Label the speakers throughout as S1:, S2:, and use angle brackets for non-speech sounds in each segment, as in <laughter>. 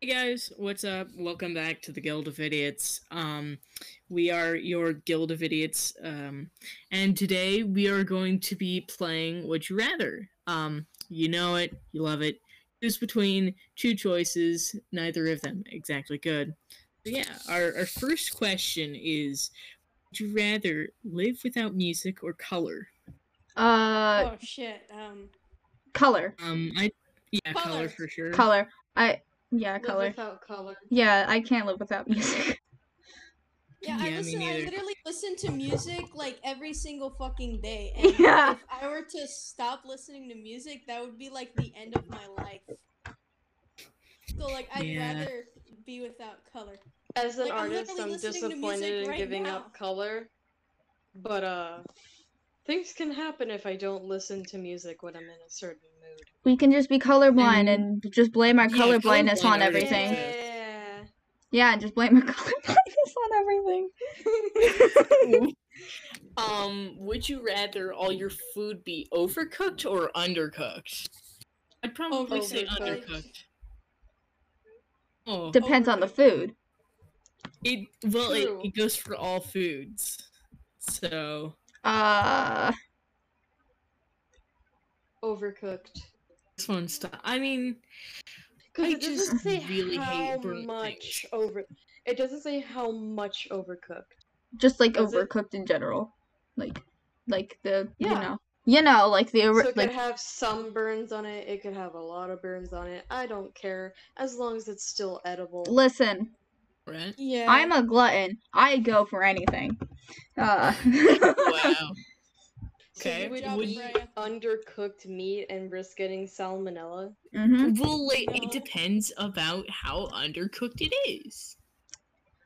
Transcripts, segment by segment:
S1: Hey guys, what's up? Welcome back to the Guild of Idiots. Um, we are your Guild of Idiots, um, and today we are going to be playing Would You Rather. Um, you know it, you love it. Choose between two choices, neither of them exactly good. So yeah, our, our first question is Would you rather live without music or color?
S2: Uh,
S3: oh shit. Um,
S2: color,
S1: Um, I yeah, color,
S3: Color.
S1: for sure.
S2: color. I yeah,
S3: live
S2: color.
S3: Without color.
S2: Yeah, I can't live without music. <laughs>
S3: Yeah,
S1: Yeah,
S3: I
S1: me
S3: listen. I
S1: neither.
S3: literally listen to music like every single fucking
S1: <laughs>
S3: day. And
S2: Yeah.
S3: If I were to stop listening to music, that would be like the end of my life. So like, I'd
S1: Yeah.
S3: rather be without color.
S4: As an
S3: Like, I'm
S4: artist,
S3: literally
S4: I'm
S3: listening to music
S4: disappointed in
S3: right
S4: giving up
S3: now.
S4: color, but uh, things can happen if I don't listen to music when I'm in a certain mood.
S2: We can just be colorblind
S1: And-
S2: and just blame our
S1: Yeah,
S2: color blindness
S1: colorblind
S2: on
S1: already
S2: everything.
S1: exists.
S4: Yeah.
S2: Yeah, just blame our <laughs> color blindness on everything.
S1: Um, would you rather all your food be overcooked or undercooked? I'd probably say
S4: Overcooked.
S1: undercooked. Oh,
S2: Depends on the food.
S1: it well, it,
S4: True.
S1: it goes for all foods. So
S2: Uh,
S4: Overcooked.
S1: this one's. T- I mean, I
S4: Because it doesn't
S1: just
S4: say
S1: really hate
S4: how
S1: burnt
S4: much
S1: things.
S4: over. It doesn't say how much overcooked.
S2: just like
S4: Does it-
S2: overcooked in general, like, like the you
S4: Yeah.
S2: know, you know, like the
S4: So
S2: over,
S4: it could
S2: like
S4: have some burns on it. It could have a lot of burns on it. I don't care as long as it's still edible.
S2: listen.
S1: right?
S3: Yeah.
S2: I'm a glutton. I go for anything. Uh, <laughs>
S1: Wow.
S4: <laughs> So you
S1: Okay.
S3: Good
S4: would
S3: job,
S1: would-
S4: eat
S3: Freya.
S4: undercooked meat and risk getting salmonella.
S2: mhm.
S1: well, like,
S3: No.
S1: it depends about how undercooked it is.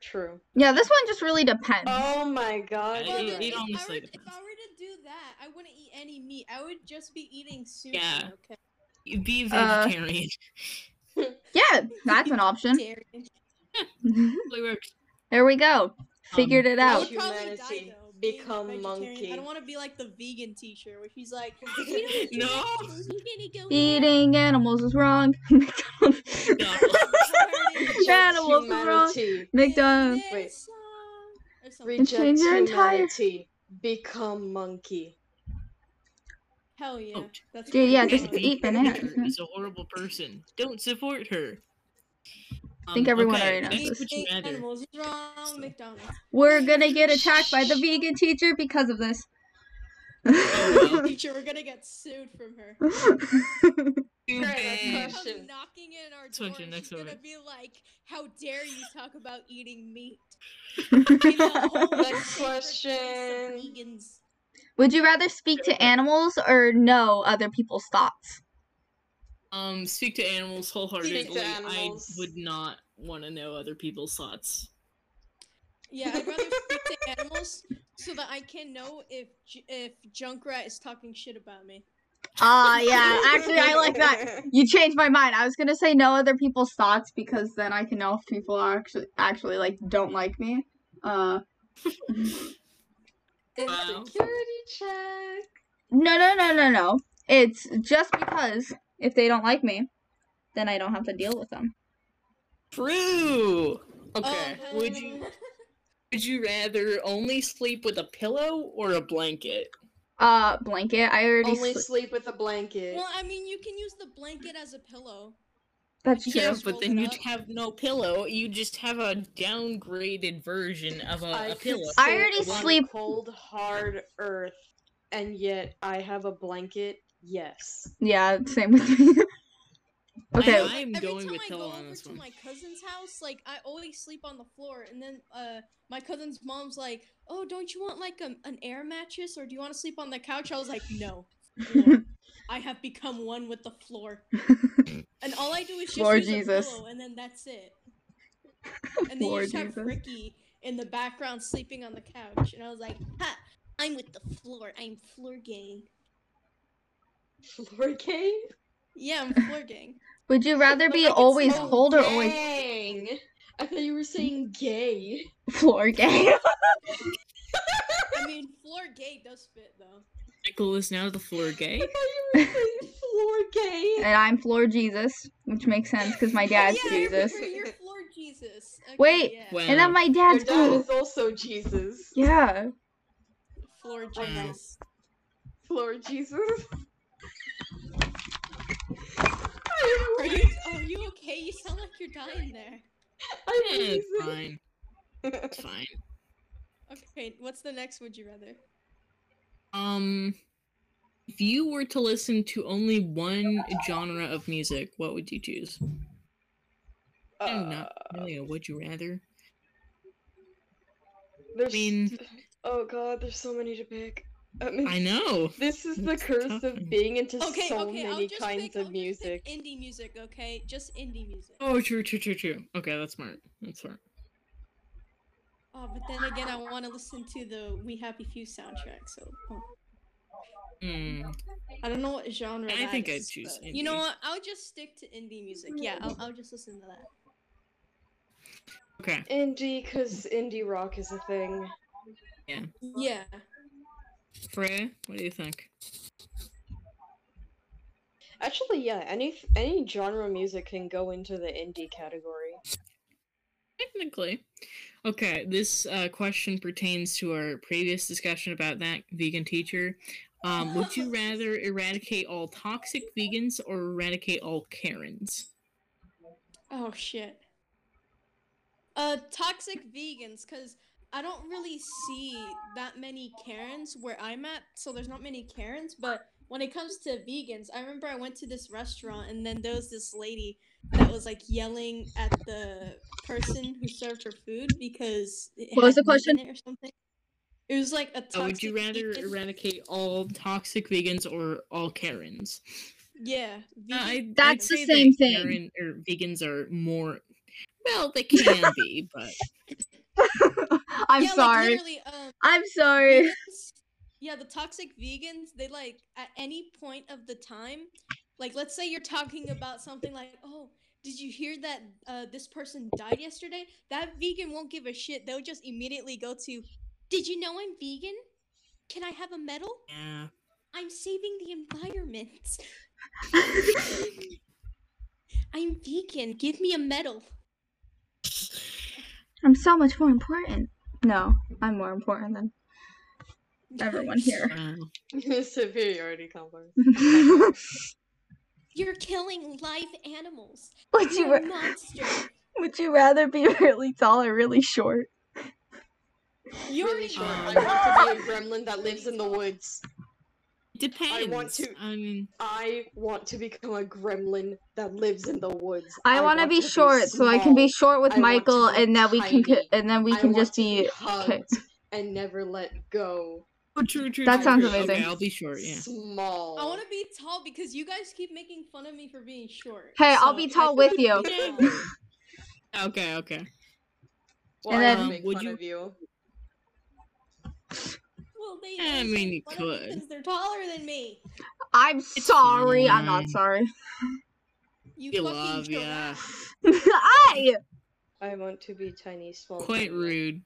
S4: True.
S2: Yeah, this one just really depends.
S4: Oh my god.
S1: Yeah,
S3: Well,
S1: it-
S3: then
S1: it
S3: if, I
S1: honestly
S3: were, if
S1: depends.
S3: I were to do that, I wouldn't eat any meat. I would just be eating sushi.
S1: Yeah.
S3: Okay.
S1: You'd be a
S2: Uh,
S1: vegetarian.
S2: Yeah, that's an <laughs> option.
S3: Dairy.
S1: Totally works.
S2: there we go. Figured it
S3: I
S4: Well,
S2: out.
S3: would probably die
S4: Humanity,
S3: though. being a
S4: become
S3: vegetarian.
S4: monkey.
S3: I don't want to be like the vegan teacher where she's
S4: <laughs>
S3: like, "You
S1: <laughs>
S3: don't do
S1: No.
S3: vegetables, you gonna go eat
S2: Eating animals is wrong. <laughs> McDonald's.
S3: Reject
S2: animals is wrong.
S4: humanity.
S2: McDonald's.
S4: Wait.
S3: this song," or something.
S4: Reject
S2: change your entire-
S4: humanity. Become monkey.
S3: Hell yeah.
S1: Vote.
S3: That's
S2: Dude,
S3: what
S2: yeah,
S3: I'm
S2: just
S3: doing.
S2: eat bananas,
S1: Peter
S2: yeah.
S1: is a horrible person. Don't support her. I
S2: think everyone already knows
S1: next
S2: this.
S1: would you
S3: Eat
S1: rather?
S3: animals is
S1: So-
S3: wrong, McDonald's. <laughs>
S2: We're gonna get attacked by the vegan teacher because of this. <laughs>
S1: Oh,
S3: Teacher, we're gonna get sued from her.
S1: Too
S4: Great,
S1: bad.
S4: that's
S3: Come
S4: Question.
S3: knocking in our
S1: Next one,
S3: door,
S1: Jen,
S3: and
S1: next
S3: she's gonna
S1: one.
S3: be like, "How dare you talk about
S2: <laughs>
S3: eating meat?" Be the whole favorite choice
S4: Next
S3: of
S4: question.
S3: vegans.
S2: Would you rather speak to animals or know other people's thoughts?
S1: Um, speak to animals wholeheartedly.
S4: animals.
S1: I would not want to know other people's thoughts.
S3: Yeah, I'd rather speak to animals so that I can know if J- if Junkrat is talking shit about me.
S2: Ah, yeah. Actually, I like that.
S4: <laughs>
S2: You changed my mind. I was gonna say no other people's thoughts because then I can know if people are actually actually like don't like me. Uh,
S1: Wow.
S4: Security check.
S2: no, no, no, no, no. It's just because if they don't like me, then I don't have to deal with them.
S1: True. Okay.
S3: Oh,
S1: would you would you rather only sleep with a pillow or a blanket?
S2: Uh, blanket. I already.
S4: Only
S2: sl-
S4: sleep with a blanket.
S3: Well, I mean, you can use the blanket as a pillow.
S2: that's
S3: you
S2: true.
S3: can't- just
S1: but
S3: roll
S1: then
S3: it
S1: you'd
S3: up.
S1: have no pillow. You just have a downgraded version of a,
S4: I
S1: a
S4: could
S1: pillow.
S2: I already
S4: sit on
S2: sleep-
S4: Cold, hard earth, and yet I have a blanket. Yes. <laughs>
S2: Yeah, same with me. <laughs> okay.
S1: I, am
S3: Every
S1: going
S3: time
S1: with
S3: I
S1: pillow
S3: go
S1: on
S3: over
S1: this
S3: to
S1: one.
S3: my cousin's house, like I always sleep on the floor, and then uh, my cousin's mom's like, "Oh, don't you want like a, an air mattress, or do you want to sleep on the couch?" I was like, "No, no.
S1: <laughs>
S3: I have become one with the floor, and all I do is just
S2: Lord
S3: use
S2: Jesus.
S3: a pillow, and then that's it." And then
S2: Lord
S3: you just have
S2: Jesus.
S3: Ricky in the background sleeping on the couch, and I was like, "Ha! I'm with the floor. I'm floor gang.
S4: Floor game?
S3: Yeah, I'm floor gang."
S2: Would you rather be
S4: Like, <laughs> it's
S2: always
S4: so
S2: cold or always
S4: gang. I thought you were saying gay.
S2: <laughs> floor gay?
S3: I mean, floor gay does fit though.
S1: Michael is now the floor gay.
S4: <laughs> I thought you were saying floor gay.
S2: And I'm floor Jesus, which makes sense because my dad's
S3: yeah,
S2: Jesus.
S3: You're, you're floor Jesus. Okay,
S2: Wait.
S3: yeah.
S1: Well-
S2: And then my
S4: Your
S2: dad's
S4: dad
S2: cool.
S4: is also Jesus.
S2: Yeah.
S3: floor Jesus.
S4: Floor
S3: <laughs>
S4: Jesus.
S3: Are you, are you okay? You sound like you're dying there.
S4: I'm
S1: Eh, it's
S4: Jesus.
S1: fine. It's fine.
S3: Okay, what's the next? Would you rather?
S1: Um, if you were to listen to only one genre of music, what would you choose? No,
S4: <laughs> Uh,
S1: not really. a Would you rather?
S4: there's, <laughs>
S1: mean-
S4: oh god, there's so many to pick. I mean,
S1: I know.
S4: This is the
S1: It's a
S4: curse
S1: tough
S4: of
S1: one.
S4: being into
S3: Okay,
S4: so
S3: okay, I'll
S4: many
S3: just
S4: kinds
S3: pick,
S4: of
S3: I'll
S4: music.
S3: Just pick indie music, okay? Just indie music. Oh.
S1: Oh, true, true, true, true. Okay, that's smart. That's smart.
S3: Oh, but then again, I want to listen to the We Happy Few soundtrack, so oh.
S1: Mm.
S3: I don't know what genre.
S1: I
S3: that
S1: think I'd
S3: is,
S1: choose
S3: but- You know
S1: indie.
S3: what? I'll just stick to indie music. Yeah, I'll, I'll just listen to that.
S1: Okay.
S4: Indie, because indie rock is a thing.
S3: Yeah.
S1: Freya, what do you think?
S4: Actually, yeah, any any genre of music can go into the
S3: <laughs>
S4: indie category. <laughs>
S1: Technically. Okay, this uh, question pertains to our previous discussion about that vegan teacher. Um, would you rather eradicate all toxic vegans or eradicate all Karens?
S3: Oh shit. Uh, toxic vegans, cause I don't really see that many Karens where I'm at, so there's not many Karens. But when it comes to vegans, I remember I went to this restaurant and then there was this lady that was like yelling at the person who served her food because it
S2: What was
S3: had
S2: the
S3: meat in
S2: question?
S3: it or something. It was like a toxic.
S1: Uh, would you rather
S3: vegan-
S1: eradicate all toxic vegans or all Karens?
S3: Yeah,
S1: Uh,
S3: vegan-
S1: I,
S2: That's the
S1: say
S2: same
S1: that
S2: thing.
S1: Karen or vegans are more. Well,
S2: <laughs>
S1: they can be, but
S2: I'm
S3: yeah, like,
S2: sorry.
S3: literally, um,
S2: I'm sorry.
S3: vegans- yeah, the toxic vegans, they like at any point of the time, like let's say you're talking about something like, oh, did you hear that uh, this person died yesterday? That vegan won't give a shit. They'll just immediately go to, did you know I'm vegan? Can I have a medal?
S1: yeah.
S3: I'm saving the environment. <laughs> I'm vegan. Give me a medal.
S2: <laughs> I'm so much more important. No, I'm more important than everyone here. <laughs>
S1: Uh,
S4: Superiority complex.
S3: <laughs> You're killing live animals.
S2: would you
S3: You're a
S2: ra-
S3: monster.
S2: would you rather be <laughs> really tall or really short?
S3: You're
S4: Really short. I
S1: Um,
S4: want to be a gremlin that lives in the woods.
S1: depends. I
S4: to-
S1: mean,
S4: I want to become a gremlin that lives in the woods.
S2: I, want to be short, so I can be
S4: small.
S2: short with
S4: I want to
S2: Michael,
S4: be
S2: and then we can co-
S4: tiny.
S2: and then we
S4: I
S2: can
S4: want
S2: just
S4: to
S2: be.
S4: hugged and never let go.
S1: oh, true, true.
S2: That
S1: true,
S2: sounds
S1: true. Okay,
S2: amazing.
S1: I'll be short. Yeah.
S4: Small.
S3: I want to be tall because you guys keep making fun of me for being short.
S2: Hey, I'll be
S3: if I
S2: tall
S3: could
S2: with
S3: be <laughs>
S2: you.
S4: <laughs>
S3: tall-
S1: Okay, okay.
S4: Well,
S2: and
S4: I
S2: then-
S4: would make
S1: Would
S4: fun
S1: you-
S4: of you.
S3: well, they
S1: I
S3: always
S1: mean,
S3: make
S1: you
S3: fun of me
S1: could.
S3: Because they're taller than me.
S2: I'm sorry. I'm not
S1: fine.
S2: sorry. <laughs>
S3: You
S1: We
S3: fucking
S1: love ya.
S3: giraffe.
S2: I
S4: I want to be tiny, small.
S1: Quite
S4: gremlin.
S1: <laughs> rude.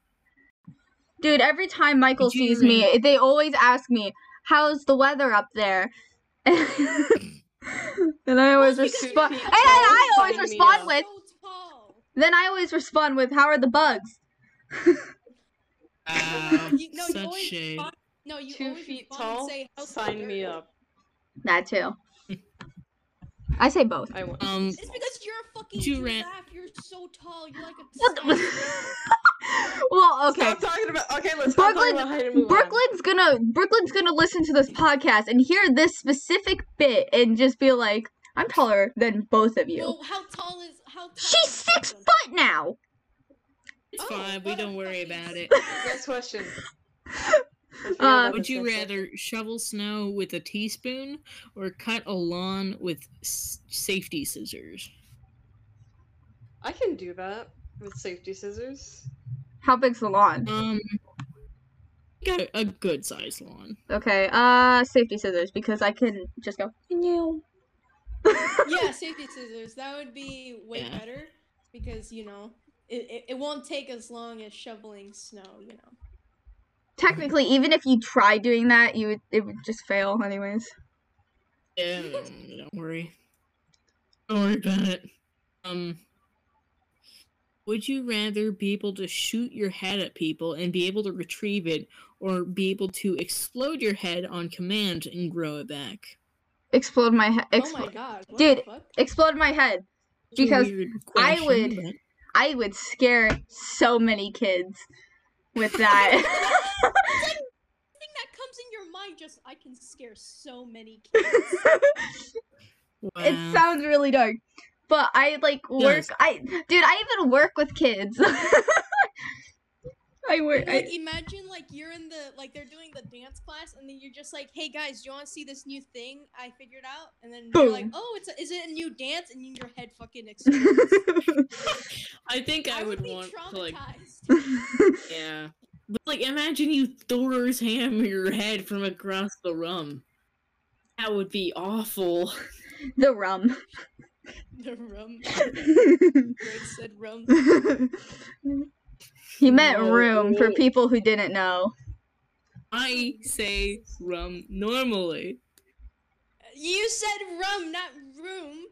S2: dude. Every time Michael
S1: Did you
S2: sees me, they always ask me, "How's the weather up there?" <laughs> and I always
S3: Well, because
S4: respo-
S2: respond.
S3: you're
S2: And
S3: so
S4: and
S2: I
S3: tall.
S2: always
S4: Sign me
S2: respond
S4: up.
S2: with.
S3: So tall.
S2: Then I always respond with, "How are the bugs?"
S1: Wow,
S3: You- no, you
S1: such
S3: always
S1: shade.
S3: respond- No, you
S4: Two
S3: always
S4: feet
S3: respond and
S4: tall.
S3: Say, "How's the
S4: Sign me
S3: dirt?"
S4: up.
S2: That too. I say both.
S4: I want.
S1: Um,
S3: It's because you're a fucking
S1: You ran-
S3: giraffe. You're so tall. You're like a.
S2: What
S3: skyscraper.
S2: <laughs> the- well, okay.
S4: Stop talking about. Okay, let's
S2: stop
S4: stop
S2: talking Brooklyn- about
S4: talking about height and move
S2: Brooklyn's gonna Brooklyn's gonna listen to this podcast and hear this specific bit and just be like, "I'm taller than both of you."
S3: Well, how tall is how tall?
S2: She's
S3: is
S2: six
S3: Brooklyn?
S2: foot now. <laughs>
S1: it's
S3: Oh,
S1: fine. We
S3: what a
S1: don't worry
S3: fucking
S1: about it.
S3: surprise.
S2: <laughs>
S4: Next question.
S2: Uh,
S1: Would you rather shovel snow with a teaspoon or cut a lawn with s- safety scissors?
S4: I can do that with safety scissors.
S2: How big's the lawn?
S1: Um, got a, a good size lawn.
S2: Okay. Uh, safety scissors because I can just go. <laughs> You.
S3: yeah, safety scissors. That would be way
S1: Yeah.
S3: better because you know it, it, it won't take as long as shoveling snow. You know.
S2: Technically, even if you try doing that, you would it would just fail anyways.
S1: Yeah, <laughs> don't worry. Don't worry about it. Um, would you rather be able to shoot your head at people and be able to retrieve it, or be able to explode your head on command and grow it back?
S2: Explode my head.
S3: oh my god. What
S2: Dude,
S3: the fuck?
S2: explode my head.
S1: It's a
S2: Because
S1: weird
S2: I
S1: question,
S2: would-
S1: but-
S2: I would scare so many kids with
S3: <laughs>
S2: that. <laughs>
S3: thing that comes in your mind just I can scare so many
S2: <laughs>
S3: kids.
S2: it
S1: Wow.
S2: sounds really dark. But I like work
S1: Yes.
S2: I dude, I even work with kids. <laughs> I work
S3: like
S2: I,
S3: imagine like you're in the like they're doing the dance class and then you're just like, hey guys, do you want to see this new thing I figured out? And then you're like,
S2: Boom.
S3: oh, it's a, is it a new dance? And then your head
S2: <laughs>
S3: fucking explodes.
S1: I think I, would,
S3: be
S1: want to, like, <laughs>
S3: traumatized. <laughs>
S1: yeah. But, like, imagine you Thor's hammer your head from across the room. That would be awful. <laughs>
S2: the rum.
S3: the room. Greg said room.
S2: he meant
S1: No,
S2: room for
S1: no.
S2: people who didn't know.
S1: I say rum normally.
S3: You said rum, not room.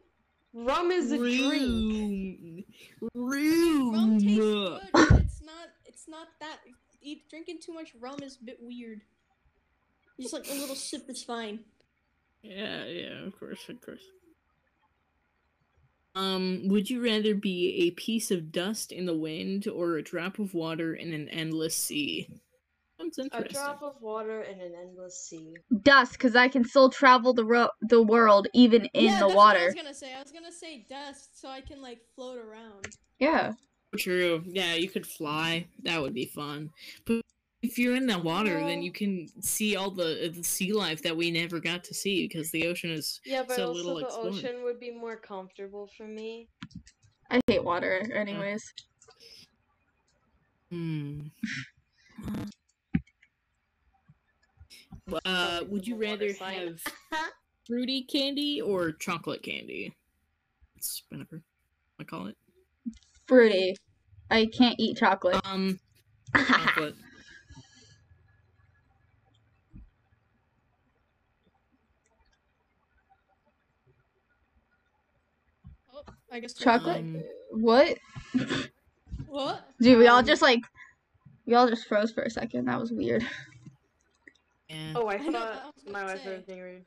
S4: Rum is a drink.
S1: Room.
S4: Oh,
S3: Rum
S1: Room.
S3: tastes good. but It's not. It's not that. Eat, drinking too much rum is a bit weird. Just like a little sip is fine.
S1: Yeah, yeah, of course, of course. Um, would you rather be a piece of dust in the wind or a drop of water in an endless sea? Sounds
S4: A
S1: interesting.
S4: drop of water in an endless sea.
S2: Dust, because I can still travel the ro- the world even in
S3: yeah,
S2: the
S3: that's What I
S2: water.
S3: was gonna say. I was gonna say dust, so I can like float around.
S2: Yeah.
S1: True. Yeah, you could fly. That would be fun. But if you're in the water, then
S4: Well-
S1: you can see all the, the sea life that we never got to see because the ocean is.
S4: Yeah, but
S1: So
S4: also
S1: little
S4: the
S1: explored.
S4: ocean would be more comfortable for me.
S2: I hate water anyways.
S1: Hmm. Uh, would you
S4: the water
S1: rather
S4: slide.
S1: have
S4: <laughs>
S1: fruity candy or chocolate candy? It's whatever I call it.
S2: Fruity. I can't eat
S4: <laughs>
S2: chocolate.
S1: Um, chocolate.
S3: Oh, I guess.
S2: Chocolate?
S1: Um,
S2: what?
S3: What?
S2: Dude, we all
S3: Um,
S2: just like we all just froze for a second. That was weird.
S1: yeah.
S4: Oh, I
S3: know, I
S4: thought
S3: was
S4: my
S3: gonna
S4: wife was
S3: say.
S4: being rude.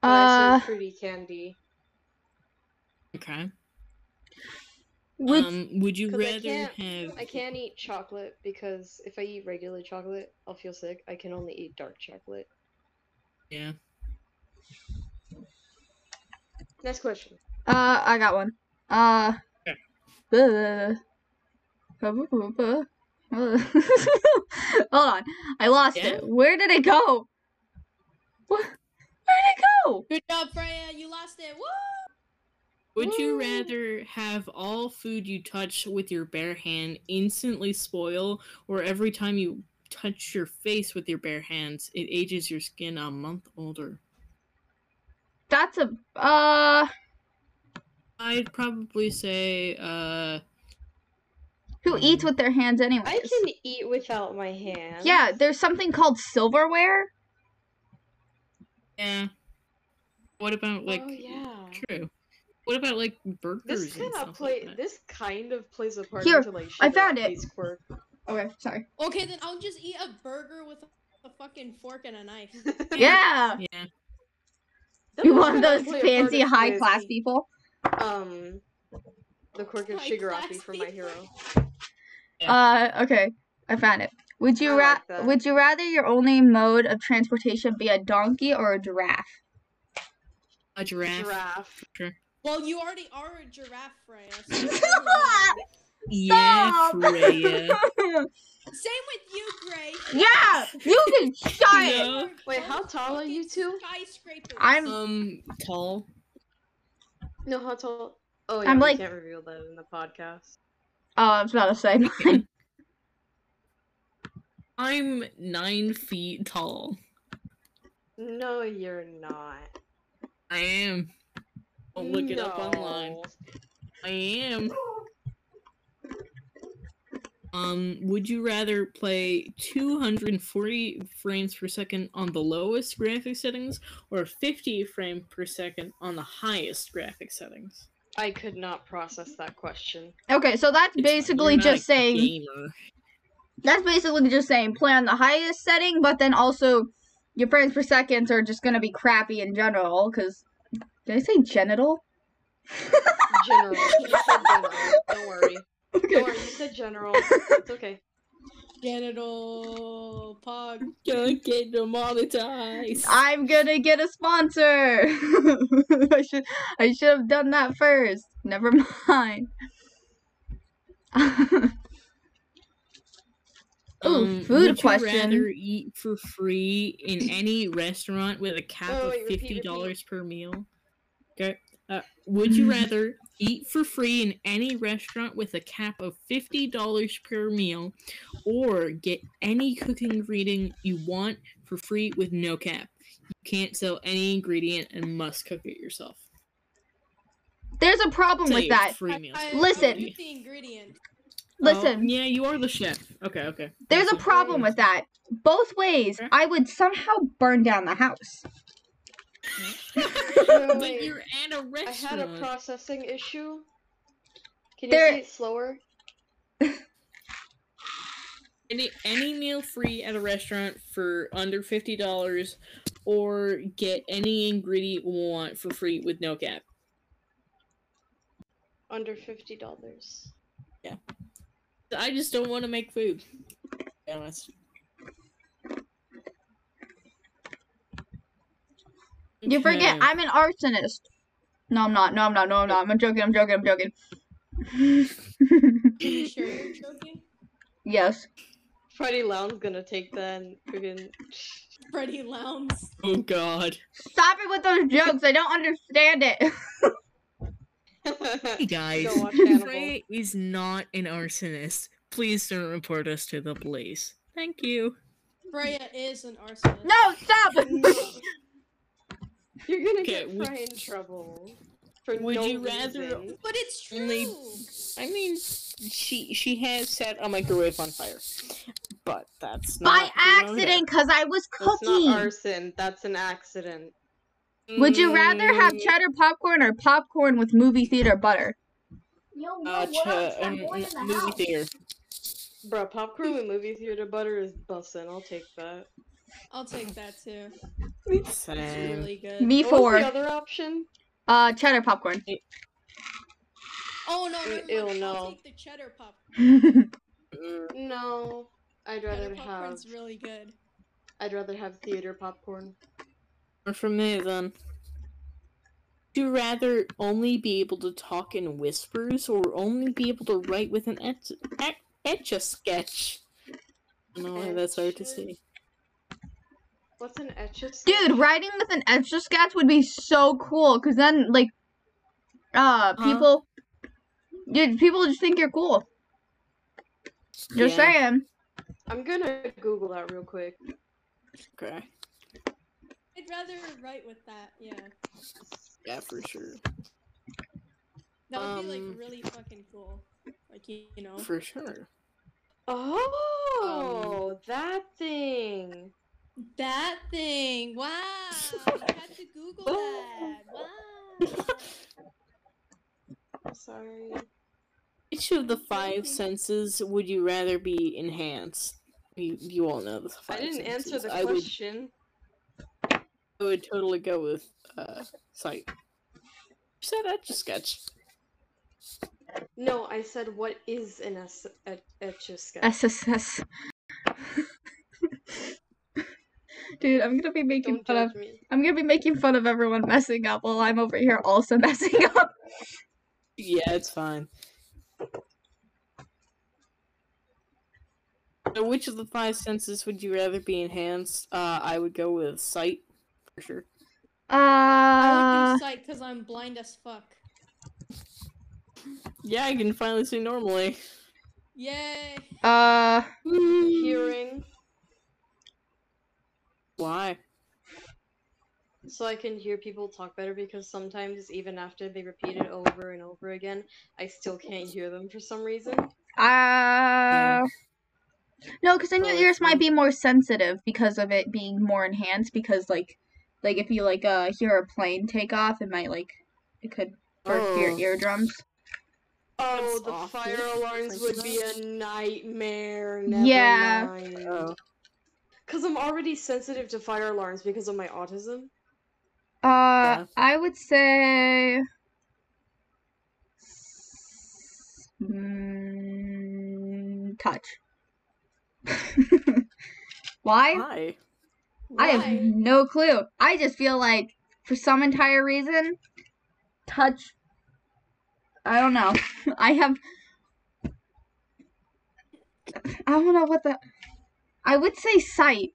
S4: But I
S2: Uh,
S4: said fruity candy.
S1: Okay.
S2: would
S1: um, would you
S4: 'cause I
S1: rather
S4: can't-
S1: have?
S4: I can't eat chocolate because if I eat regular chocolate, I'll feel sick. I can only eat dark chocolate.
S1: Yeah.
S4: Next question.
S2: uh, I got one. Uh,
S1: Okay.
S2: <laughs> buh. Buh, buh, buh, buh, buh. hold on, I lost
S1: Yeah?
S2: it. Where did it go? What? Where did it go?
S3: Good job, Freya. You lost it. Woo!
S1: Would you
S2: Woo.
S1: rather have all food you touch with your bare hand instantly spoil, or every time you touch your face with your bare hands, it ages your skin a month older?
S2: That's a uh.
S1: I'd probably say, uh,
S2: Who eats with their hands anyways?
S4: I can eat without my hands.
S2: Yeah, there's something called silverware.
S1: yeah. What about like?
S4: oh yeah.
S1: True. What about like burgers?
S4: This
S1: and
S4: kind of
S1: stuff
S4: play.
S1: like that?
S4: this kind of plays a part
S2: Here,
S4: into like.
S2: I
S4: Sugar
S2: found it.
S4: Baby's quirk.
S2: Okay, sorry.
S3: Okay, then I'll just eat a burger with a fucking fork and a knife.
S4: <laughs>
S2: Yeah,
S1: Yeah.
S4: That
S2: you
S4: does
S2: want
S4: kinda
S2: those
S4: play a
S2: fancy
S4: part
S2: high
S4: into
S2: class
S4: the-
S2: people?
S4: Um, the quirk of
S3: High class
S4: Shigaraki from My Hero.
S3: people.
S2: Uh, okay, I found it. Would you
S4: I
S2: ra-
S4: like that.
S2: would you rather your only mode of transportation be a donkey or a
S4: <laughs>
S2: giraffe?
S1: A giraffe.
S4: Giraffe.
S3: Well, you already are a giraffe, Freya. so
S2: <laughs>
S3: it doesn't matter.
S1: Yeah,
S2: Stop!
S1: Freya.
S4: <laughs>
S3: Same with you, Gray.
S2: <laughs> yeah, you can shut it.
S1: No.
S3: You are
S4: Wait, how
S3: both
S4: tall are you
S3: fucking
S4: two?
S3: Skyscrapers.
S2: I'm-
S1: um, tall.
S4: <laughs> No, how tall? Oh, yeah,
S2: I'm
S4: we
S2: like-
S4: can't reveal that in the podcast.
S2: Oh, I was about to say mine.
S1: I'm nine feet tall.
S4: No, you're not.
S1: I am. Don't look it up online.
S4: No.
S1: I am. Um, would you rather play 240 frames per second on the lowest graphic settings or 50 frame per second on the highest graphic settings?
S4: I could not process that question.
S2: <laughs> Okay, so that's
S1: It's-
S2: basically
S1: you're not
S2: just
S1: a
S2: saying
S1: gamer.
S2: that's basically just saying play on the highest setting, but then also your frames per seconds are just gonna be crappy in general. Cause did I say genital? <laughs>
S4: General. You said general. Don't worry. Don't worry. You said general.
S2: <laughs>
S4: It's okay.
S3: Genital pog.
S1: Gonna get demonetized.
S2: I'm gonna get a sponsor. <laughs> I should I should have done that first. Never mind. <laughs> Ooh, Oh, food
S1: Um, would
S2: question.
S1: You rather eat for free in any restaurant with a cap
S4: Oh,
S1: of
S4: wait, repeat,
S1: fifty
S4: repeat.
S1: dollars per meal? Okay. Uh, would
S2: Mm.
S1: you rather eat for free in any restaurant with a cap of fifty dollars per meal, or get any cooking ingredient you want for free with no cap? You can't sell any ingredient and must cook it yourself.
S2: There's a problem
S1: Say
S2: Oh, with
S1: it's
S2: that.
S1: free meals.
S3: I- I-
S1: for
S2: Listen.
S1: free.
S3: with the ingredient.
S1: Oh,
S2: Listen,
S1: yeah, you are the chef. Okay, okay.
S2: there's a
S1: Gotcha.
S2: problem with that. Both ways,
S1: Okay.
S2: I would somehow burn down the house.
S1: But
S4: Wait,
S1: you're at a
S4: I
S1: restaurant.
S4: had a processing issue. Can you
S2: There-
S4: say it slower?
S1: any any meal free at a restaurant for under fifty dollars, or get any ingredient you want for free with no cap.
S4: Under fifty dollars.
S1: I just don't want to make food. to be honest.
S2: You forget,
S1: Okay.
S2: I'm an arsonist. No, I'm not. No, I'm not. No, I'm not. I'm joking. I'm joking. <laughs> I'm joking.
S3: Are you sure you're joking?
S2: yes.
S4: Freddie Lown's gonna take that and friggin'
S3: Freddy Lowndes.
S1: oh god.
S2: Stop it with those jokes. I don't understand it. <laughs>
S1: Hey guys,
S4: Go watch Hannibal.
S1: Frey is not an arsonist. Please don't report us to the police. Thank you.
S3: Freya is an arsonist.
S2: No, stop.
S4: <laughs> You're gonna
S1: Okay,
S4: get
S1: would-
S4: Fry in trouble. For
S1: Would
S4: no
S1: you rather-
S4: reason.
S3: But it's true.
S1: Only- I mean, she she has set a microwave on fire, but that's
S2: By
S1: not
S2: accident, because I was
S4: That's not
S2: cooking.
S4: arson. That's an accident.
S2: Would you rather have
S1: Mm,
S2: cheddar popcorn or popcorn with movie theater butter?
S1: uh, ch- um, n- movie theater?
S4: Bro, popcorn with movie theater butter is bussin'. I'll take that.
S3: I'll take that too. It's
S1: Same.
S3: really good.
S2: Me
S1: Oh,
S4: What was
S2: for
S4: the other option?
S2: uh cheddar popcorn. <laughs>
S3: Oh no, no,
S4: Ew,
S3: no,
S4: no.
S3: I'll take the cheddar pop.
S1: Mm,
S4: No, I'd
S3: Cheddar
S4: rather have.
S3: popcorn's really good.
S4: I'd rather have theater popcorn.
S1: Or for me then. Would you rather only be able to talk in whispers or only be able to write with an etch etch a sketch? No, that's hard to say.
S4: What's an etch a
S2: Dude, writing with an extra sketch would be so cool because then like uh
S1: Huh?
S2: people dude people just think you're cool. Just
S1: Yeah,
S2: saying.
S4: I'm gonna Google that real quick.
S1: Okay.
S3: I'd rather write with that. Yeah,
S1: Yeah, for sure.
S3: that would be
S1: Um,
S3: like really fucking cool. Like you, you know.
S1: For sure.
S4: Oh, that thing.
S3: That thing. Wow. You had to
S4: <laughs>
S3: Google that. Wow.
S4: I'm sorry.
S1: Which of the five
S3: Thank you.
S1: senses would you rather be enhanced? You, you all know the
S4: I
S1: five
S4: didn't answer
S1: senses.
S4: the
S1: I would,
S4: question.
S1: I would totally go with uh, sight. Said etch a sketch.
S4: No, I said what is an es- e-, et- etch a sketch?
S2: SSS. <laughs> Dude, I'm gonna be making
S4: Don't
S2: fun of
S4: judge me.
S2: I'm gonna be making fun of everyone messing up while I'm over here also <laughs> messing up.
S1: Yeah, it's fine. So which of the five senses would you rather be enhanced? Uh, I would go with sight, for sure.
S3: I
S2: Uh,
S3: would do sight because I'm blind as fuck.
S1: Yeah, I can finally see normally.
S3: Yay.
S2: uh,
S4: Hearing,
S1: Why?
S4: so I can hear people talk better because sometimes even after they repeat it over and over again, I still can't hear them for some reason.
S2: Uh, no, because then your
S1: Oh,
S2: ears might
S1: okay.
S2: be more sensitive because of it being more enhanced. Because like, like if you like uh hear a plane take off, it might like it could burst your
S1: Oh.
S2: eardrums.
S4: Oh,
S1: That's
S4: the
S1: awful.
S4: fire alarms would be a nightmare. Never
S2: Yeah.
S1: Oh,
S4: mind. Because I'm already sensitive to fire alarms because of my autism.
S2: Uh,
S1: Yeah.
S2: I would say. s- Mm, touch. <laughs> Why?
S5: Why?
S2: I
S3: Why?
S2: have no clue. I just feel like for some entire reason, touch. I don't know. <laughs> I have. I don't know what the. I would say sight,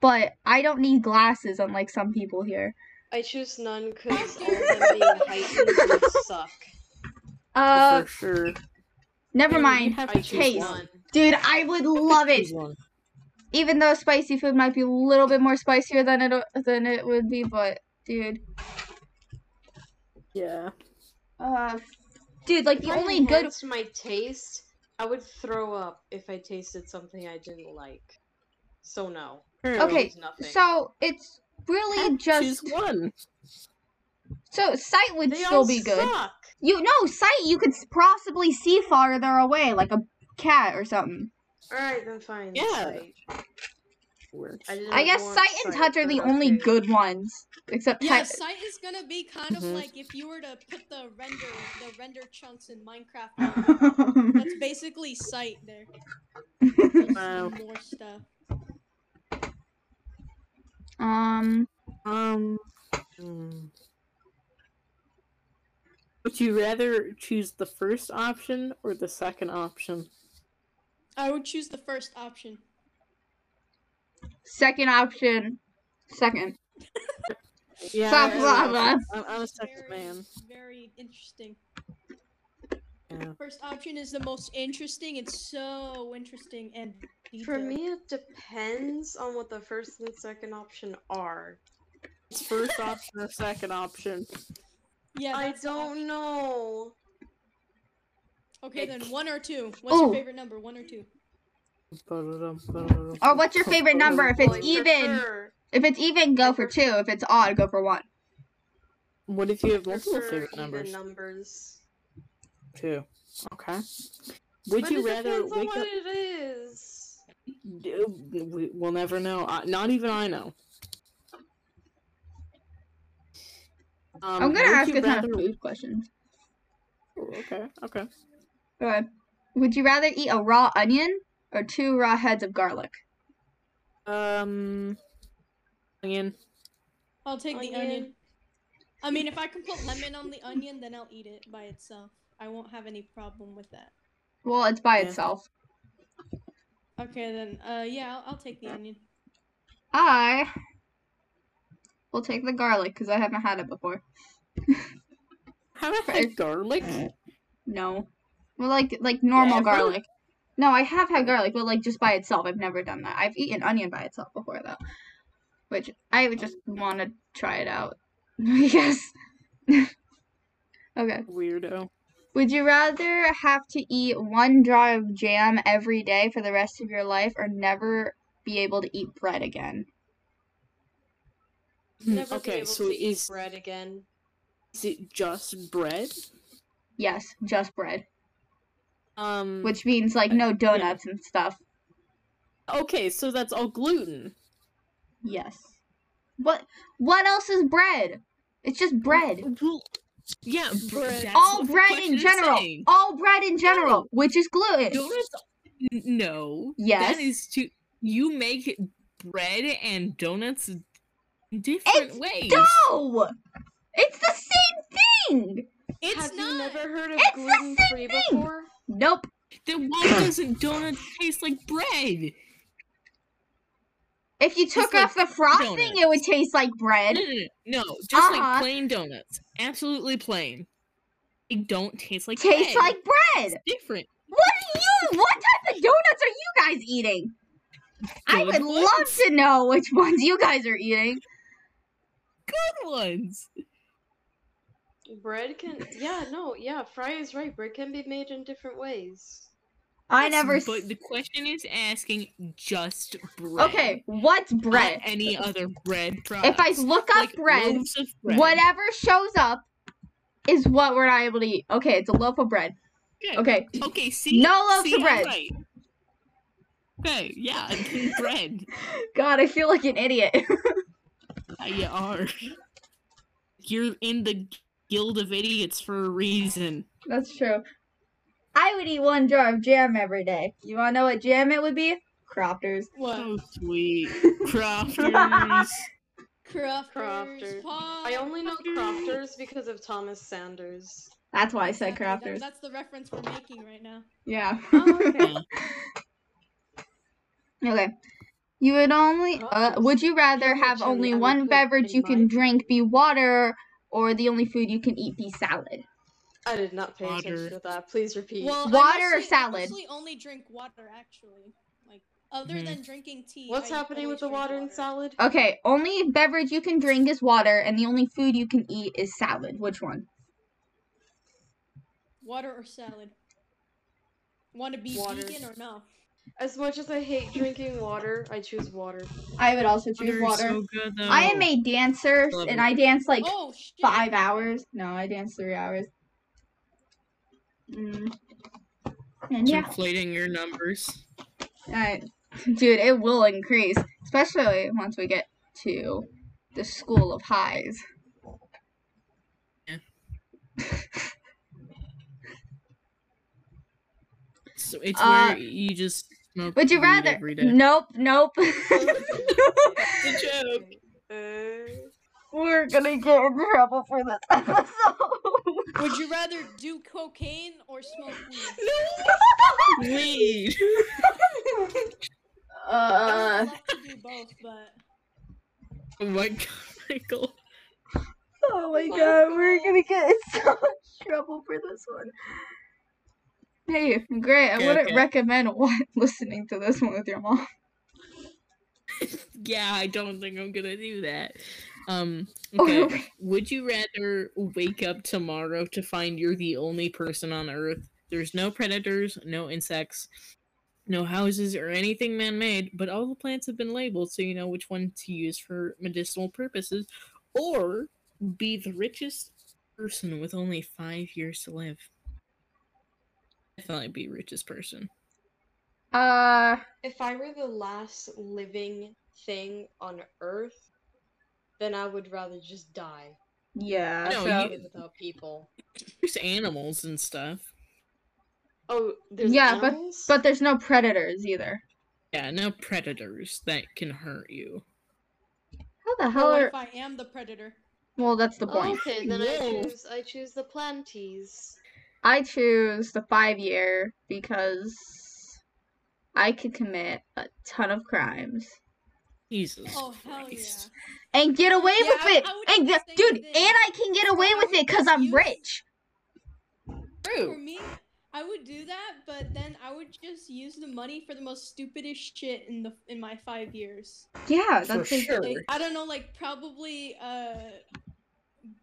S2: but I don't need glasses unlike some people here.
S4: I choose none because all of them being heightened would suck.
S2: Uh,
S5: For sure.
S2: never
S5: You
S2: mind,
S5: have
S4: I
S5: to
S4: choose
S2: taste.
S4: none.
S2: dude. I would love it,
S5: choose one.
S2: even though spicy food might be a little bit more spicier than it than it would be. But dude,
S5: Yeah.
S2: uh, dude, like the
S4: If I
S2: only good
S4: enhanced my taste. I would throw up if I tasted something I didn't like. So no.
S5: True.
S4: I
S2: Okay,
S4: choose nothing.
S2: So it's really
S5: Yeah,
S2: just
S5: choose one.
S2: so sight would
S4: They
S2: still
S4: all
S2: be good.
S4: suck.
S2: You no sight, you could s- possibly see farther away, like a cat or something.
S4: All right, then fine.
S5: Yeah.
S4: sight.
S5: Works.
S4: didn't
S2: I guess
S4: want
S2: sight and touch are
S4: but
S2: the only
S4: okay.
S2: good ones, except
S3: Yeah,
S2: touch.
S3: sight is gonna be kind of
S4: Mm-hmm.
S5: Mhm.
S3: like if you were to put the render the render chunks in Minecraft. on. That's basically sight there. You'll see
S5: Wow.
S3: More stuff.
S2: <laughs> um,
S5: Um. hmm. Would you rather choose the first option or the second option?
S3: I would choose the first
S4: <laughs>
S3: option.
S2: second option, second.
S5: Yeah.
S2: Blah,
S5: I-
S2: blah, blah.
S5: I'm, I'm a second
S3: Very,
S5: man.
S3: Very interesting.
S5: Yeah.
S3: First option is the most interesting. It's so interesting and
S4: For
S3: detailed.
S4: me, it depends on what the first and second option are.
S5: It's first option or second option.
S3: yeah,
S4: I
S3: that's the option.
S4: don't know.
S3: Okay, then one or two. What's
S4: Oh.
S2: Ooh.
S3: your favorite number? One or two.
S2: Or what's your favorite number? If it's
S4: Like, for
S2: even,
S4: sure.
S2: if it's even, go for two. If it's odd, go for one.
S5: What if you have multiple
S4: prefer
S5: favorite
S4: even
S5: numbers?
S4: numbers.
S5: Two. Okay. Would
S4: But
S5: you
S4: it
S5: rather
S4: depends on
S5: wake
S4: what
S5: up?
S4: it is.
S5: Uh, we- We'll never know. I, not even I know. Um,
S2: I'm gonna
S5: would
S2: ask
S5: you
S2: a ton
S5: rather-
S2: of food questions.
S5: Oh, Okay. Okay.
S2: Go ahead. Would you rather eat a raw onion or two raw heads of garlic?
S5: Um. Onion.
S3: I'll take the onion.
S4: Onion.
S3: I mean, if I can put lemon on the onion, then I'll eat it by itself. I won't have any problem with that.
S2: Well, it's by
S5: Yeah.
S2: itself.
S3: Okay, then. Uh, yeah, I'll, I'll take the onion.
S2: I will take the garlic because I haven't had it before.
S5: Haven't
S2: Right.
S5: had garlic.
S2: No, well, like like normal
S5: Yeah, but-
S2: garlic. No, I have had garlic, but like just by itself. I've never done that. I've eaten onion by itself before though, which I would just want to try it out. <laughs> yes. <laughs> okay.
S5: Weirdo.
S2: Would you rather have to eat one jar of jam every day for the rest of your life, or never be able to eat bread again?
S5: Hmm,
S4: Never be
S5: okay.
S4: able
S5: So
S4: to eat
S5: is
S4: bread again.
S5: is it just bread?
S2: Yes, just bread.
S5: Um.
S2: which means like no donuts and stuff.
S5: Okay. So that's all gluten.
S2: Yes. What what else is bread? It's just bread.
S1: Well, yeah, bread. that's
S2: All
S1: what the
S2: bread
S1: question
S2: in
S1: is
S2: general.
S1: saying.
S2: All bread in general, which is gluten.
S1: Donuts? n- No.
S2: Yes.
S1: That is too. You make bread and donuts different
S2: It's
S1: ways.
S2: No. It's the same thing.
S1: It's
S4: Have
S1: not.
S4: you never heard of
S2: It's the same
S4: gluten free
S2: thing!
S4: before?
S2: Nope.
S1: Then why doesn't donut taste like bread?
S2: If you took
S1: like
S2: off the frosting, it would taste like bread.
S1: No, no, no, no, just
S2: Uh-huh.
S1: like plain donuts. Absolutely plain. They don't taste like
S2: Tastes
S1: bread.
S2: like bread.
S1: It's different.
S2: What do you? What type of donuts are you guys eating? I
S1: Good
S2: would love
S1: ones.
S2: to know which <laughs> ones you guys are eating.
S1: Good ones.
S4: Bread can. Yeah, no, yeah. Fry is right. Bread can be made in different ways.
S2: I never. s-
S1: But the question is asking just bread.
S2: Okay, what's
S1: not
S2: bread?
S1: Any other bread products?
S2: If I look up
S1: Like
S2: bread,
S1: loaves of bread.
S2: whatever shows up is what we're not able to eat. Okay, it's a loaf of bread.
S1: Good.
S2: Okay,
S1: Okay, see?
S2: No loaves
S1: see,
S2: of
S1: I'm
S2: bread.
S1: right. Okay, yeah,
S2: <laughs>
S1: bread.
S2: God, I feel like an idiot. <laughs>
S1: Yeah, you are. You're in the Guild of Idiots for a reason.
S2: That's true. I would eat one jar of jam every day. You wanna know what jam it would be? Crofters.
S4: What?
S1: So Oh, sweet. <laughs> Crofters.
S3: Crofters.
S4: Crofter.
S3: Pie.
S4: I only know Crofters because of Thomas Sanders.
S2: That's why I said
S3: Exactly, that-
S2: crafters.
S3: that's the reference we're making right now.
S2: Yeah.
S4: Oh, okay.
S2: <laughs> Okay. You would only uh,
S4: Crofters.
S2: would you rather
S4: Sure,
S2: have
S4: Jimmy,
S2: only
S4: I would
S2: one
S4: put
S2: beverage
S4: in
S2: you
S4: my-
S2: can drink be water or the only food you can eat be salad?
S4: <laughs> I did not pay
S1: Water.
S4: attention to that. Please repeat.
S3: Well, I
S2: Water or
S3: mostly-
S2: salad?
S3: I mostly only drink water, actually. Like, other
S2: Hmm.
S1: Mhm.
S3: than drinking tea.
S4: What's
S3: I
S4: happening
S3: always
S4: with the
S3: drink
S4: water and salad?
S2: Okay, only beverage you can drink is water and the only food you can eat is salad. Which one?
S3: Water or salad? Want to be
S4: Water.
S3: vegan or no?
S4: As much as I hate drinking water, I choose water.
S2: I would also choose
S1: Water's
S2: water.
S1: so good, though.
S2: I am a dancer
S1: Love
S2: and
S1: it.
S2: I dance like
S3: oh shit!
S2: five hours. No, I dance three hours. Mm. And yeah,
S1: Inflating your numbers.
S2: I- dude, it will increase, especially once we get to the school of highs.
S1: So it's
S2: Uh,
S1: where you just smoke
S2: Would you
S1: weed
S2: rather?
S1: every day.
S2: Nope, nope.
S1: Oh. Good joke.
S4: Uh,
S2: <laughs> We're gonna get in trouble for this <laughs>
S1: <laughs>
S2: episode.
S3: Would you rather do cocaine or smoke weed?
S1: Weed. <laughs>
S3: I
S2: uh,
S3: would love to do both,
S2: <laughs>
S3: but
S1: Oh my god, Michael.
S2: oh my god, we're gonna get in <laughs> so much trouble for this one. Hey, great. I
S1: Okay,
S2: wouldn't
S1: okay.
S2: recommend <laughs> wa- listening to this one with your mom. <laughs>
S1: Yeah, I don't think I'm gonna do that. Um,
S2: Oh,
S1: okay. Would you rather wake up tomorrow to find you're the only person on Earth? There's no predators, no insects, no houses or anything man made, but all the plants have been labeled so you know which one to use for medicinal purposes, or be the richest person with only five years to live. I thought I'd be richest person.
S2: Uh,
S4: <laughs> if I were the last living thing on Earth, then I would rather just die.
S2: yeah.
S1: No,
S2: so-
S1: you-
S4: Live without people.
S1: There's animals and stuff.
S4: Oh, there's
S2: Yeah,
S4: animals?
S2: But there's no predators either.
S1: Yeah, no predators that can hurt you.
S2: How
S1: Oh,
S2: the
S3: but
S2: hell
S3: what
S2: are?
S3: if I am the predator?
S2: Well, that's the point.
S4: Oh, okay, then I
S1: Whoa.
S4: choose. I choose the planties.
S2: I choose the five year because I could commit a ton of crimes
S1: Jesus.
S3: Oh hell yeah!
S1: Christ.
S2: and get away
S3: Yeah,
S2: with
S3: I-
S2: it.
S3: I would
S2: and
S3: do the
S2: get-
S3: same
S2: dude,
S3: thing.
S2: and I can get away
S3: I
S2: with
S3: would
S2: it because I'm
S3: use-
S2: rich.
S3: For
S1: True.
S3: me, I would do that, but then I would just use the money for the most stupidest shit in the in my five years.
S2: Yeah,
S1: For
S2: that's like-
S1: sure.
S3: Like, I don't know, like probably uh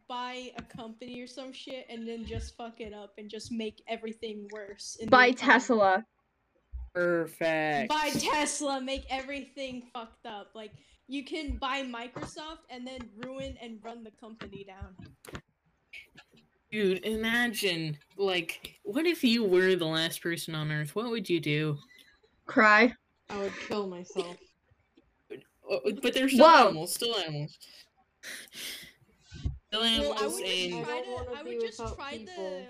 S3: buy a company or some shit and then just fuck it up and just make everything worse. in the
S2: by
S3: economy.
S2: Tesla.
S1: Perfect.
S3: Buy Tesla, make everything fucked up. Like you can buy Microsoft and then ruin and run the company down.
S1: Dude, imagine, like, what if you were the last person on Earth? What would you do?
S2: Cry.
S4: I would kill myself.
S1: Oh, But there's still
S2: Whoa.
S1: animals, still animals. Still
S3: Well, I
S1: animals
S3: would
S4: saying-
S3: just
S1: and.
S3: try
S4: I don't
S3: to.
S4: wanna
S3: I
S4: be
S3: would just
S4: without
S3: try
S4: people.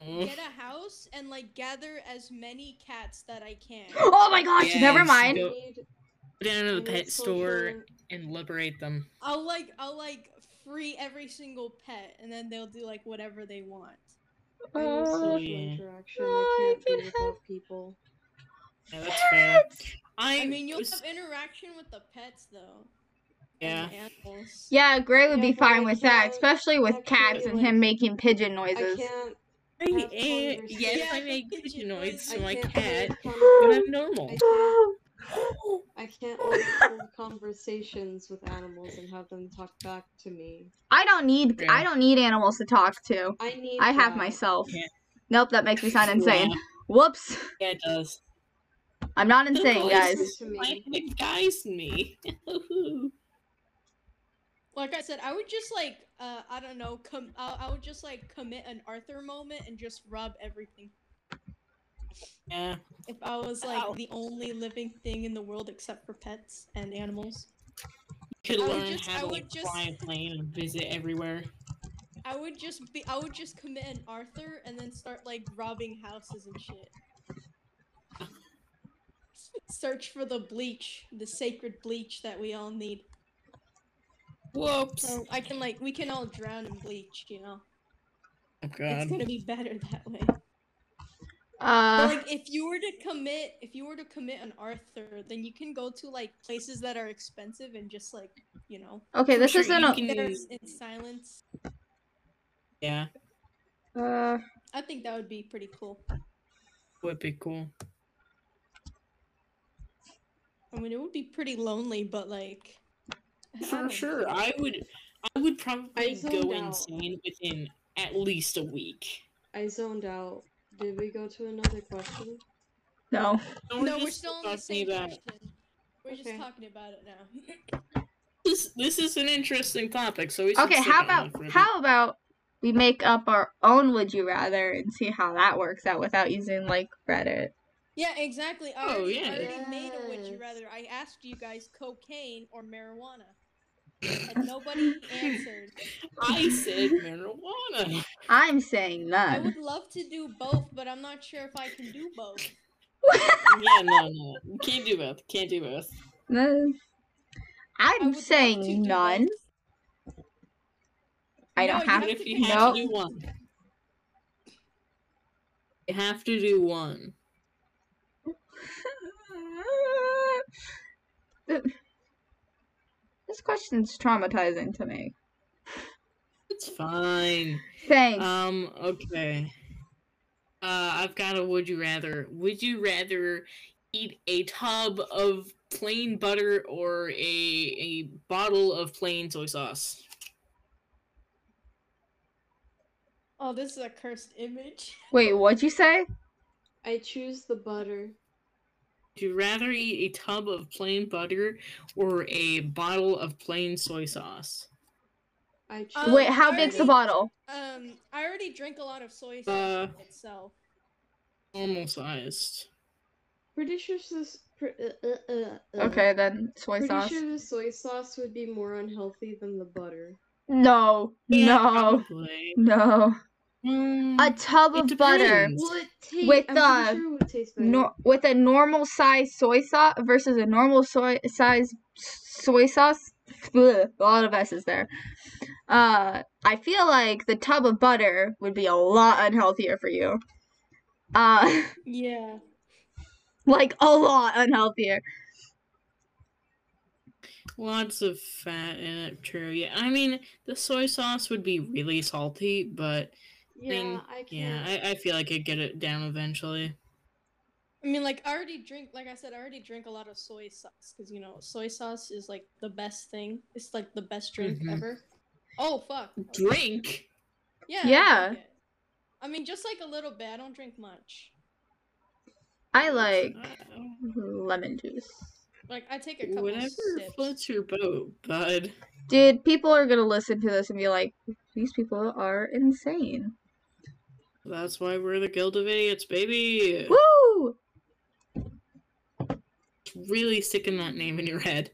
S3: to
S1: Mm.
S3: get a house and like gather as many cats that I
S1: <laughs>
S3: can.
S2: Oh my gosh, never
S1: Yes,
S2: mind.
S1: go-
S4: need-
S1: Go down
S4: I
S1: to the
S4: need
S1: pet store
S4: social-
S1: and liberate them.
S3: I'll like I'll like free every single pet and then they'll do like whatever they want.
S4: I need social
S1: Yeah.
S4: interaction.
S2: Uh, Oh,
S4: I
S2: I
S4: can't be
S2: could
S4: without people.
S1: Yeah, that's
S2: <laughs>
S1: fair.
S3: I
S1: I
S3: mean, you'll
S1: was-
S3: have interaction with the pets though.
S1: Yeah.
S3: And the animals.
S2: Yeah, Gray would
S4: Yeah,
S2: be
S4: but I
S2: fine with that,
S4: can't-
S2: especially
S4: I
S2: with
S4: can't
S2: cats and him
S4: like-
S2: making pigeon
S4: I
S2: noises.
S4: can't.
S1: I
S4: have fun
S1: am-
S4: versus-
S1: yes,
S3: Yeah,
S1: I
S3: the
S1: make
S3: <laughs> pigeon
S1: pigeon noises
S3: noises.
S1: to my
S4: I can't
S1: cat, <gasps>
S4: hold
S1: but
S4: con-
S1: I'm normal.
S4: I can't. I can't like,
S1: <laughs>
S4: hold conversations with animals and have them talk back to me.
S2: I don't need
S1: Yeah.
S2: I don't need animals to talk to.
S4: I need.
S2: I have
S4: that.
S2: myself.
S1: Yeah.
S2: Nope, that makes me sound insane. Whoops.
S1: Yeah, it does.
S2: I'm not insane,
S1: Who
S2: guys.
S1: is-
S4: To me.
S1: It guys me. <laughs>
S3: Like I said, I would just like uh, I don't know. Com- I-, I would just like commit an Arthur moment and just rob everything.
S1: yeah.
S3: If I was like
S1: Ow.
S3: the only living thing in the world except for pets and animals,
S1: Could
S3: I would
S1: learn
S3: just- I
S1: how to
S3: would
S1: like,
S3: just-
S1: fly a plane and visit everywhere.
S3: I would just be I would just commit an Arthur and then start like robbing houses and shit. Search for the bleach, the sacred bleach that we all need.
S1: Whoops.
S3: So I can like we can all drown in bleach, you know.
S1: Oh
S3: It's
S1: god.
S3: gonna be better that way. But,
S2: Uh,
S3: like if you were to commit if you were to commit an Arthur, then you can go to like places that are expensive and just like, you know,
S2: okay, this
S1: sure
S2: isn't
S1: you
S2: a.
S1: can-
S3: there
S1: Mm.
S3: in silence.
S1: Yeah.
S2: Uh,
S3: I think that would be pretty cool.
S1: Would be cool.
S3: I mean it would be pretty lonely, but like I
S1: For
S3: don't-
S1: sure. I would I would probably
S4: zoned
S1: go
S4: out.
S1: insane within at least a week.
S4: I zoned out. Did we go to another question?
S2: no.
S1: Don't
S3: No, we're
S1: just
S3: still on the
S1: talk to me
S3: same
S1: about-
S3: question. We're just
S4: Okay.
S3: talking about it now. <laughs>
S1: This this is an interesting topic, so we should
S2: Okay,
S1: sit
S2: how
S1: on it
S2: about
S1: for a bit.
S2: how about we make up our own would you rather and see how that works out without using like Reddit.
S3: Yeah, exactly. I
S1: Oh,
S3: already,
S1: yeah.
S3: I already made a would you
S4: Yes.
S3: rather. I asked you guys cocaine or <laughs> marijuana. And nobody answered.
S1: I
S2: <laughs>
S1: said marijuana.
S2: I'm saying
S3: I
S2: none.
S3: <laughs>
S2: <laughs>
S3: would love to do both, but I'm not sure if I can do both.
S1: yeah, no, no. Can't do both. Can't do both.
S2: No.
S3: I would
S2: I'm
S3: love to do
S2: saying
S3: both.
S2: none. <laughs> I
S3: No,
S2: don't
S1: What
S2: have
S3: you have
S1: if
S3: to
S1: you
S3: pick
S1: have
S2: one.
S1: to do one? You have to do one.
S2: This question's traumatizing to me.
S1: It's fine.
S2: Thanks.
S3: Uh,
S1: Um, okay. Uh, I've got a would you rather. Would you rather eat a tub of plain butter or a a bottle of plain soy sauce?
S3: Oh, this is a cursed image.
S2: Wait, what'd you say?
S4: I choose the butter.
S1: Would you rather eat a tub of plain butter or a bottle of plain soy sauce?
S4: I choose.
S3: Um,
S2: Wait, how big's the
S3: already-
S2: bottle?
S3: Um, I already drink a lot of soy
S1: Uh,
S3: sauce itself.
S1: Normal sized.
S4: Pretty sure this. pr- uh, uh, uh, uh.
S2: Okay, then soy
S4: Pretty
S2: sauce.
S4: sure the soy sauce would be more unhealthy than the butter.
S2: No, no,
S1: Probably.
S2: no.
S1: Mm,
S2: A tub
S1: It
S2: of butter
S1: depends.
S4: Well, it tastes.
S2: With,
S4: I'm pretty
S2: uh,
S4: sure it would taste better.
S2: nor- with a normal size soy sauce versus a normal soy size soy sauce. Ugh, a lot of S's there. Uh, I feel like the tub of butter would be a lot unhealthier for you. Uh, <laughs>
S3: Yeah.
S2: like a lot unhealthier.
S1: Lots of fat in it, true. Yeah, I mean, the soy sauce would be really salty, but
S4: yeah,
S1: thing-
S4: I can't.
S1: Yeah, I, I feel like I'd get it down eventually.
S3: I mean, like I already drink, like I said, I already drink a lot of soy sauce because you know soy sauce is like the best thing. It's like the best drink
S1: Mhm.
S3: ever. Oh fuck!
S1: Drink?
S3: Yeah. I
S2: Yeah.
S3: drink it. I mean, just like a little bit. I don't drink much.
S2: I like
S1: Uh,
S2: lemon juice.
S3: Like I take a couple
S1: whatever
S3: sips. <laughs>
S1: floats your boat, bud.
S2: Dude, people are gonna listen to this and be like, these people are insane.
S1: That's why we're the Guild of Idiots, baby.
S2: Woo!
S1: Really sticking that name in your head.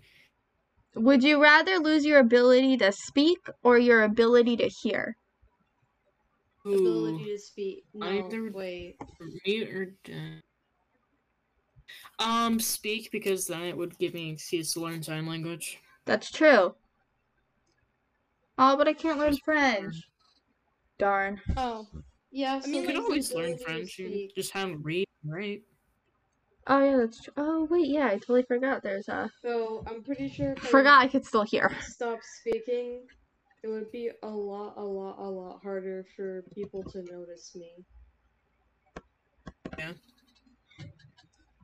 S2: Would you rather lose your ability to speak or your ability to hear?
S4: Ability
S1: Ooh,
S4: to speak. No,
S1: Either-
S4: wait.
S1: mute or done. Um, speak because then it would give me an excuse to learn sign language.
S2: That's true. Oh, but I can't learn French. Darn.
S3: Oh,
S4: Yeah, so
S3: mean,
S1: You
S3: like,
S1: could
S4: there's
S1: always
S4: the
S1: learn
S4: ability to
S1: French. You
S4: speak.
S1: just have to read, right?
S2: Oh yeah, that's true. Oh wait, yeah, I totally forgot. There's a
S4: So I'm pretty sure. If I
S2: forgot I could still hear.
S4: Stop speaking. It would be a lot, a lot, a lot harder for people to notice me.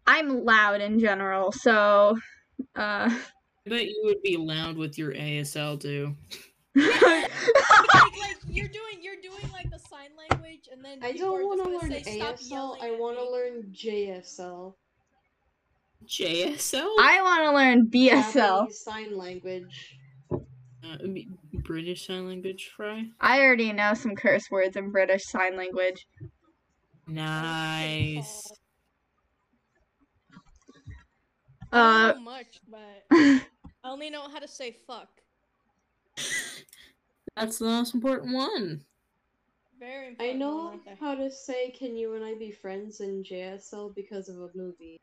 S2: I'm loud in general, so uh. <laughs>
S1: I bet you would be loud with your ASL too.
S3: like, like you're doing, you're doing like the sign language, and then
S4: I
S3: people are
S4: don't want to
S3: just
S4: learn
S3: gonna say, "Stop
S4: ASL.
S3: yelling
S4: I
S3: at
S4: want
S3: me."
S4: to learn JSL.
S1: JSL?
S2: I want to learn BSL.
S4: Japanese Sign language.
S1: Uh, B- British Sign Language Fry?
S2: I already know some curse words in British Sign Language.
S1: Nice.
S2: Uh, <laughs>
S3: I
S2: oh.
S3: don't know much, but I only know how to say fuck.
S1: That's the most important one.
S3: Very
S4: I
S3: important.
S4: know
S3: one right there.
S4: how to say "Can you and I be friends" in JSL because of a movie.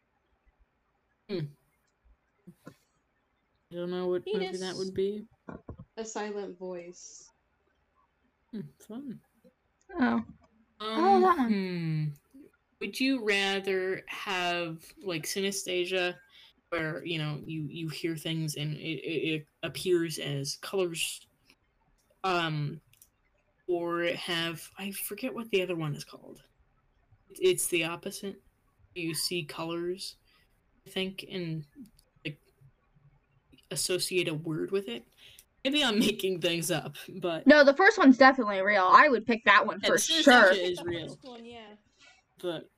S1: I don't know what movie that
S3: Penis.
S1: would be.
S4: A silent voice.
S1: Hmm, fun.
S2: oh.
S1: Um,
S2: that one.
S1: hmm. Would you rather have like synesthesia, where you know you you hear things and it, it, it appears as colors, um, or have I forget what the other one is called? It's the opposite. You see colors, I think, and like associate a word with it. Maybe I'm <laughs> making things up, but
S2: No, the first one's definitely real. I would pick that one
S1: Yeah,
S2: for
S1: the synesthesia
S2: sure.
S1: is
S3: The
S1: real.
S3: first one, yeah.
S1: But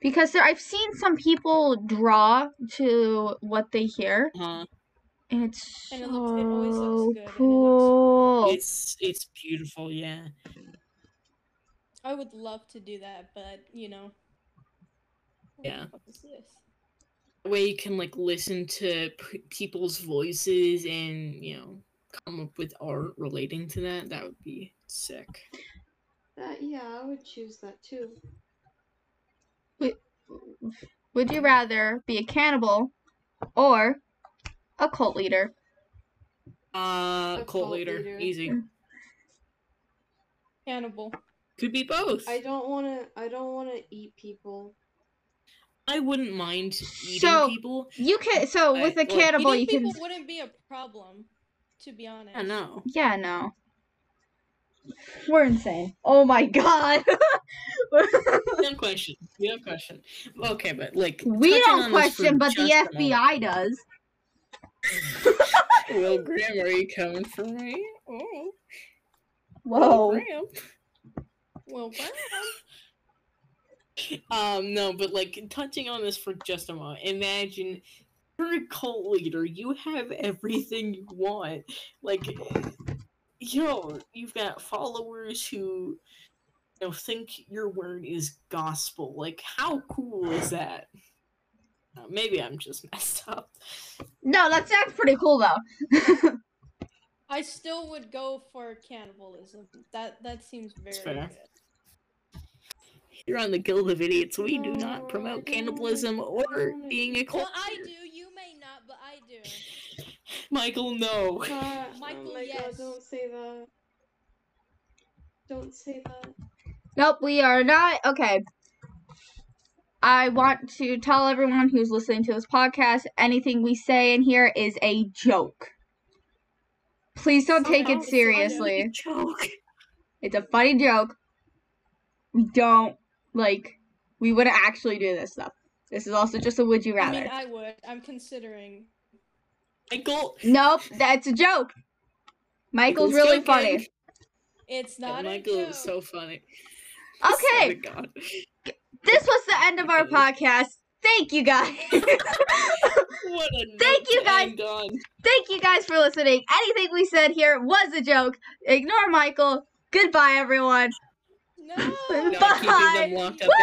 S2: Because there, I've seen some people draw to what they hear,
S1: uh,
S2: and it's so
S3: And it looks- it always looks good, and it looks-
S2: cool.
S1: It's it's beautiful, yeah.
S3: I would love to do that, but you know. What the
S1: Yeah.
S3: fuck is this?
S1: That way you can like listen to p- people's voices and you know come up with art relating to that. That would be sick.
S4: That Uh, yeah, I would choose that too.
S2: Would you rather be a cannibal or a cult leader?
S1: Uh,
S4: A
S1: cult,
S4: cult
S1: leader,
S4: leader.
S1: easy.
S3: Cannibal.
S1: Could be both.
S4: I
S1: I,
S4: don't want to. I don't want to
S3: <laughs>
S4: eat people.
S1: wouldn't mind eating
S2: So-
S1: people.
S2: You can so with a
S1: Right, well,
S2: cannibal, you
S3: Eating
S2: can.
S3: people wouldn't be a problem, to be honest.
S1: I don't know.
S2: Yeah, no. We're insane. Oh
S1: <laughs>
S2: my <laughs> god.
S1: You
S2: <laughs>
S1: have a question. You have a question. Okay, but like
S2: we
S1: touching
S2: don't
S1: on this for
S2: question, but the
S1: just a moment.
S2: FBI does.
S1: Will Graham, are you coming for me? Oh,
S2: Whoa.
S1: Graham.
S3: Well, what?
S1: Um, no, but like touching on this for just a moment, imagine you're a cult leader, you have everything you want. Like, yo, you've got followers who you know, think your word is gospel. Like, how cool is that? Uh, maybe I'm just messed up.
S2: No, that sounds pretty cool though. <laughs>
S3: I still would go for cannibalism. That that seems very
S1: fair.
S3: good.
S1: Here on the Guild of Idiots, we do not promote cannibalism or being a cult.
S3: Well, I do. You may not, but I do.
S1: Michael, no.
S4: Uh,
S3: Michael,
S4: oh my God,
S3: yes.
S4: don't say that. Don't say that.
S2: Nope, we are not. Okay. I want to tell everyone who's listening to this podcast anything we say in here is a joke. Please don't take
S3: Somehow
S2: it
S3: it's
S2: seriously.
S1: Joke.
S2: It's a funny joke. We don't, like, we wouldn't actually do this stuff. This is also just a would you rather.
S3: I mean, uh, I would. I'm considering.
S1: Michael.
S2: nope, that's a joke. Michael's really
S1: joking.
S3: <laughs>
S2: funny.
S3: It's
S1: Yeah,
S3: not
S1: Michael
S3: a joke.
S1: is so funny. <laughs>
S2: Okay.
S1: Swear to God. <laughs>
S2: This was the end of our
S1: Michael.
S2: podcast. Thank you guys. <laughs>
S1: What a
S2: Thank you, guys.
S1: On.
S2: Thank you guys for listening. Anything we said here was a joke. Ignore Michael. Goodbye, everyone.
S3: No.
S1: Not
S2: <laughs> Bye.
S1: keeping them locked up in